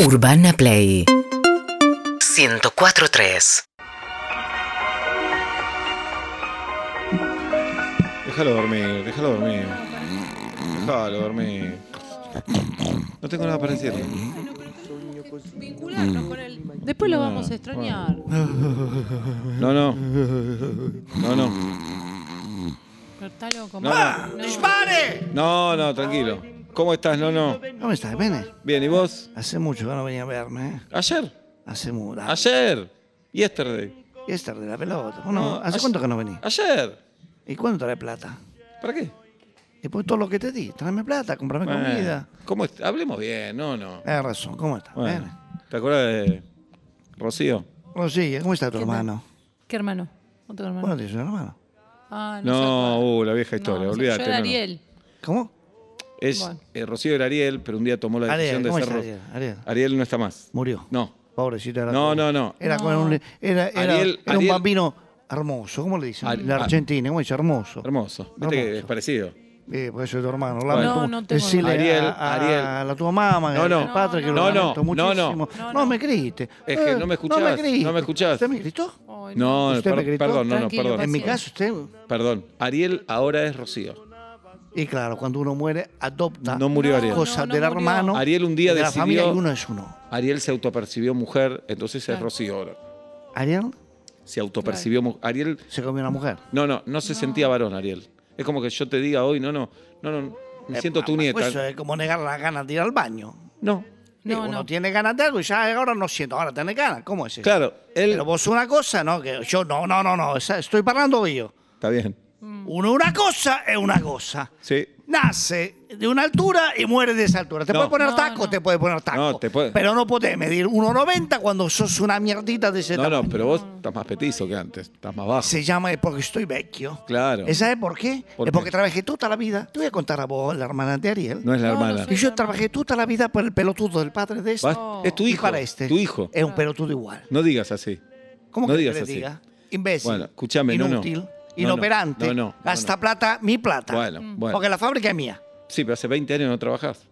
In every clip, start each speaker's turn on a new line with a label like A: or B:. A: Urbana Play 104.3
B: Déjalo dormir, déjalo dormir. Déjalo dormir. No tengo nada para decirle.
C: vincularnos con él. Después lo vamos a extrañar.
B: No, no. No, no.
C: Pero está loco.
B: No,
C: Mar-
B: no. No,
C: no.
B: no, tranquilo. ¿Cómo estás, no, no?
D: ¿Cómo estás, Pene?
B: Bien, ¿y vos?
D: Hace mucho que no venía a verme, ¿eh?
B: Ayer.
D: Hace mucho.
B: Ayer. Yesterday.
D: Y es tarde la pelota. Bueno,
B: No,
D: ¿hace
B: ayer-
D: cuánto que no venís?
B: Ayer.
D: ¿Y cuánto trae plata?
B: ¿Para qué?
D: Después todo lo que te di. Tráeme plata, comprame
B: Bueno,
D: comida.
B: ¿Cómo est- Hablemos bien, no, no.
D: Tienes razón. ¿Cómo estás,
B: Bueno,
D: Pene?
B: ¿te acuerdas de Rocío?
D: Rosilla, ¿cómo está tu
C: ¿Qué tal?
D: hermano?
C: ¿Qué hermano? Otro hermano.
D: Bueno, tienes un hermano.
C: ah, no, sé
B: No,
C: cuál.
B: uh, la vieja historia,
C: No, no sé.
B: olvídate.
C: Yo era
B: no, no.
C: Ariel.
D: ¿Cómo?
B: Es,
C: Bueno.
B: eh, Rocío era Ariel, pero un día tomó la decisión
D: Ariel,
B: de
D: ¿cómo
B: ser
D: está
B: Ro-
D: Ariel? Ariel.
B: Ariel no está más.
D: Murió.
B: No.
D: Pobrecito. Era
B: No,
D: como-
B: no, no.
D: Era, como
C: No.
D: un, era, era-
B: Ariel-
D: era un
B: Ariel-
D: bambino hermoso. ¿Cómo le dicen?
B: Ar-
D: la
B: ar-
D: Argentina, ¿cómo dice? Hermoso.
B: Hermoso. Viste que
D: Hermoso.
B: es parecido.
D: Eh, porque eso es tu hermano.
B: Bueno.
C: No,
D: Lalo, tú-
C: no tengo
D: decile
B: nada. Ariel,
D: a, a-
B: Ariel.
D: a la tua mamá,
B: No,
D: a
B: no.
D: tu padre, que
B: No,
D: lo
B: no,
D: lamento
B: no, no.
D: muchísimo.
C: No,
D: No,
C: no.
D: me grite. Eh,
B: Es que no me escuchás,
D: No me grite.
B: no me escuchás.
D: ¿Usted me gritó?
C: Ay,
B: No,
D: ¿Usted
B: per-
D: me gritó?
B: perdón, no, no,
C: Tranquilo,
B: perdón.
D: En mi
C: Sí.
D: caso, usted...
B: Perdón. Ariel ahora es Rocío.
D: Y claro, cuando uno muere, adopta
B: No murió Ariel.
C: No,
D: cosas
C: no
D: del
C: murió.
D: hermano,
B: Ariel un día
D: de la
B: decidió-
D: familia, y uno es uno.
B: Ariel se autopercibió mujer, entonces es
C: Claro.
B: Rocío ahora.
D: Ariel
B: Se autopercibió mujer. Ariel,
D: se comió una mujer.
B: no, no, no se sentía varón, Ariel. Es como que yo te diga hoy, no, no, no, no, me
D: Eh,
B: siento tu
D: papá, pues Eso
B: nieta.
D: es como negar las ganas de ir al baño.
B: No.
D: No,
C: No,
D: uno
C: no.
D: tiene ganas de algo y ya ahora no siento, ahora tenés ganas. ¿Cómo es eso?
B: Claro, él.
D: Pero vos una cosa, ¿no? Que yo, no, no, no, no, esa- estoy parlando yo.
B: Está bien.
D: Uno una cosa es una cosa.
B: Sí.
D: Nace de una altura y muere de esa altura. Te
B: No.
D: puede poner
C: No,
D: taco,
C: no.
D: te puede poner taco.
B: No, te puede-
D: Pero no podés medir 1,90 cuando sos una mierdita de ese
B: No,
D: tamaño.
B: no, pero vos estás más petizo que antes, estás más bajo.
D: Se llama es porque estoy vecchio.
B: Claro.
D: ¿Y ¿Sabes por qué?
B: ¿Por
D: es
B: qué?
D: porque trabajé toda la vida. Te voy a contar a vos, la hermana de Ariel.
B: No es la
C: No, no
B: hermana.
C: soy-
D: y yo trabajé toda la vida por el pelotudo del padre de ese.
B: Vas- Es tu
D: Y
B: hijo.
D: para este.
B: Tu hijo.
D: Es un pelotudo igual.
B: No digas así.
D: ¿Cómo
B: No
D: que
B: digas
D: le
B: así.
D: diga? Imbécil.
B: Bueno, escúchame, no, no.
D: Inútil.
B: No, no.
D: Inoperante.
B: No, no, no,
D: Gasta
B: no.
D: plata, mi plata.
B: Bueno, bueno.
D: Porque la fábrica es mía.
B: Sí, pero hace 20 años no trabajás.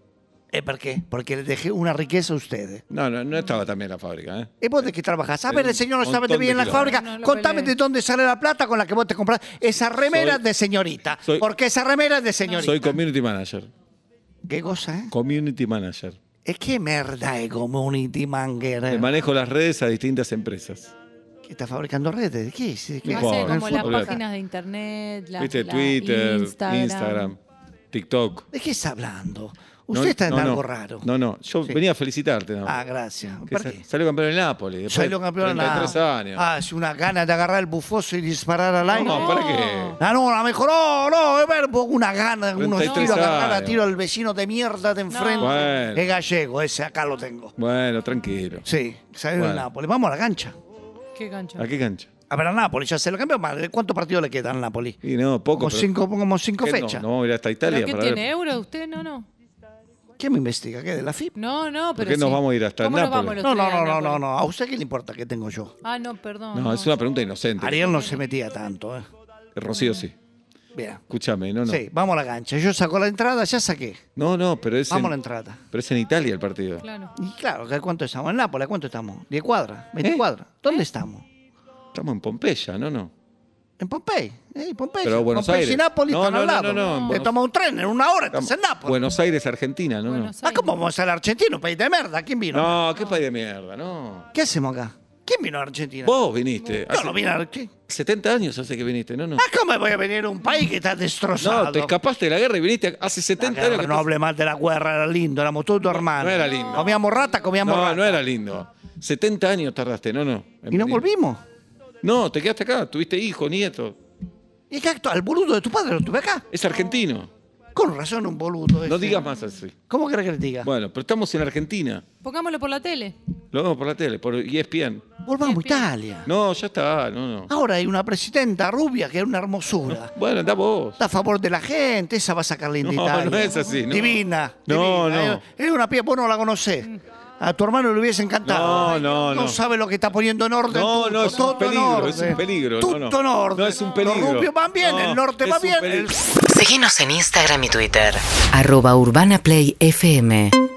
D: ¿Eh, ¿Por qué? Porque les dejé una riqueza a ustedes.
B: No, no, no estaba también la fábrica, ¿eh?
D: ¿Y vos de qué trabajás? A
B: Eh,
D: ver, el señor no
B: un
D: sabe de
B: montón
D: bien
B: de
D: la
B: kilómetros.
D: fábrica.
C: No, no
D: Contame
C: pelees.
D: de dónde sale la plata con la que vos te comprás esa remera
B: Soy-
D: de señorita.
B: soy-
D: porque esa remera es de señorita.
B: Soy community manager.
D: ¿Qué cosa, eh?
B: Community manager.
D: Es que merda es community manguera.
B: Eh, Manejo las redes a distintas empresas.
D: ¿Qué está fabricando redes? ¿De qué? ¿De qué?
B: No
C: Hace
B: importa.
C: como las
B: Olvídate.
C: páginas de internet, la,
B: ¿Viste?
C: la
B: Twitter, Instagram.
C: Instagram.
B: TikTok.
D: ¿De qué está hablando?
B: No,
D: Usted está en
B: no, no.
D: algo raro.
B: No, no. Yo
D: Sí.
B: venía a felicitarte. ¿no?
D: Ah, gracias.
B: Que
D: ¿Por
B: sa-
D: qué?
B: Salió campeón en Nápoles. después
D: Soy lo campeón de
B: de
D: la-
B: 33 años.
D: Ah, es una gana de agarrar el bufoso y disparar al aire.
B: no,
C: no.
B: ¿para qué?
D: Ah, no, la mejoró, no, es ver, pues, una gana, unos
B: 33
D: tiros, agarrar a
B: años.
D: tiro al vecino de mierda de enfrente.
B: Bueno.
D: Es gallego, ese acá lo tengo.
B: Bueno, tranquilo.
D: Sí, salió
B: Bueno.
D: de Nápoles. Vamos a la cancha.
C: Qué cancha.
B: ¿A qué cancha?
D: A ver, a Nápoles, ya se lo cambió. Madre, ¿Cuántos partidos le quedan a Nápoles?
B: Y no, poco.
D: Como
B: pero-
D: cinco, como cinco
B: ¿Qué? No,
D: fechas.
B: No, vamos a ir hasta Italia.
C: ¿Pero qué
B: para
C: tiene?
B: ver.
C: ¿Euro usted? No, no.
D: ¿Quién me investiga? ¿Qué? ¿De la FIP?
C: No, no, pero
B: qué nos
C: sí.
B: vamos a ir hasta
C: ¿Cómo nos
B: Nápoles?
C: vamos los
D: No, no,
C: tres a
D: no, no, no,
C: Nápoles?
D: no. ¿A usted qué le importa qué tengo yo?
C: Ah, no, perdón.
B: No, es una pregunta inocente.
D: Ariel no se metía tanto, ¿eh?
B: Rocío sí.
D: Bien.
B: Escúchame, no, no.
D: Sí, vamos a la cancha. Yo saco la entrada, ya saqué.
B: No, no, pero es,
D: Vamos a
B: en,
D: la entrada.
B: pero es en Italia el partido.
C: Claro.
D: Y claro, ¿a ¿cuánto estamos? En Nápoles, ¿a ¿cuánto estamos? 10 cuadras, 20
B: ¿Eh?
D: cuadras. ¿Dónde estamos?
B: Estamos en Pompeya, ¿no? no
D: En Pompey. ¿eh? Pompeya.
B: Pero Buenos
D: Pompeya y
B: Aires.
D: Nápoles
B: No,
D: están
B: no,
D: al
B: no, no,
D: lado.
B: no, en
D: Te
B: Buenos-
D: toma un tren en una hora, estás
B: Estamos-
D: en Nápoles.
B: Buenos Aires, Argentina, ¿no? no.
C: Buenos
D: Ah, ¿cómo vamos a ser argentinos? País de merda. ¿Quién vino?
B: No, qué país de mierda, no.
D: ¿Qué hacemos acá? ¿Quién vino a Argentina?
B: Vos viniste.
D: Yo no vine a Argentina.
B: 70 años hace que viniste, no, no.
D: Ah, ¿Cómo voy a venir a un país que está destrozado?
B: No, te escapaste de la guerra y viniste hace 70
D: La guerra,
B: años que
D: no hable más de la guerra, era lindo, éramos todos hermanos.
B: no era lindo.
D: Comíamos rata, comíamos
B: No,
D: rata.
B: no era lindo. 70 años tardaste, no, no. en
D: Y
B: venir.
D: no volvimos.
B: No, te quedaste acá, tuviste hijo, nieto.
D: Y es que acto- al boludo de tu padre lo tuve acá.
B: Es argentino.
D: Con razón un boludo.
B: No
D: este.
B: digas más así.
D: ¿Cómo querés que le diga?
B: Bueno, pero estamos en Argentina.
C: Pongámoslo por la tele.
B: Lo vemos por la tele, por E ESPN.
D: Volvamos a Italia.
B: No, ya está, no, no.
D: Ahora hay una presidenta rubia que es una hermosura.
B: Bueno, andá vos.
D: Está a favor de la gente, esa va a sacar linda
B: No,
D: Italia.
B: no es así, no.
D: Divina.
B: No,
D: divina. eh.
B: no.
D: Es una piba, vos no la conocés. A tu hermano le hubiese
B: No,
D: encantado.
B: no, no.
D: No sabe lo que está poniendo en orden.
B: No,
D: tutto,
B: no, es un
D: todo en
B: peligro,
D: orden.
B: es un peligro, no,
D: Tutto
B: no.
D: en orden.
B: No, es un peligro.
D: Los rubios van bien,
B: No,
D: el norte
B: es
D: va
B: un
D: bien.
B: peligro.
D: el-
A: Seguinos en Instagram y Twitter Arroba Urbana Play FM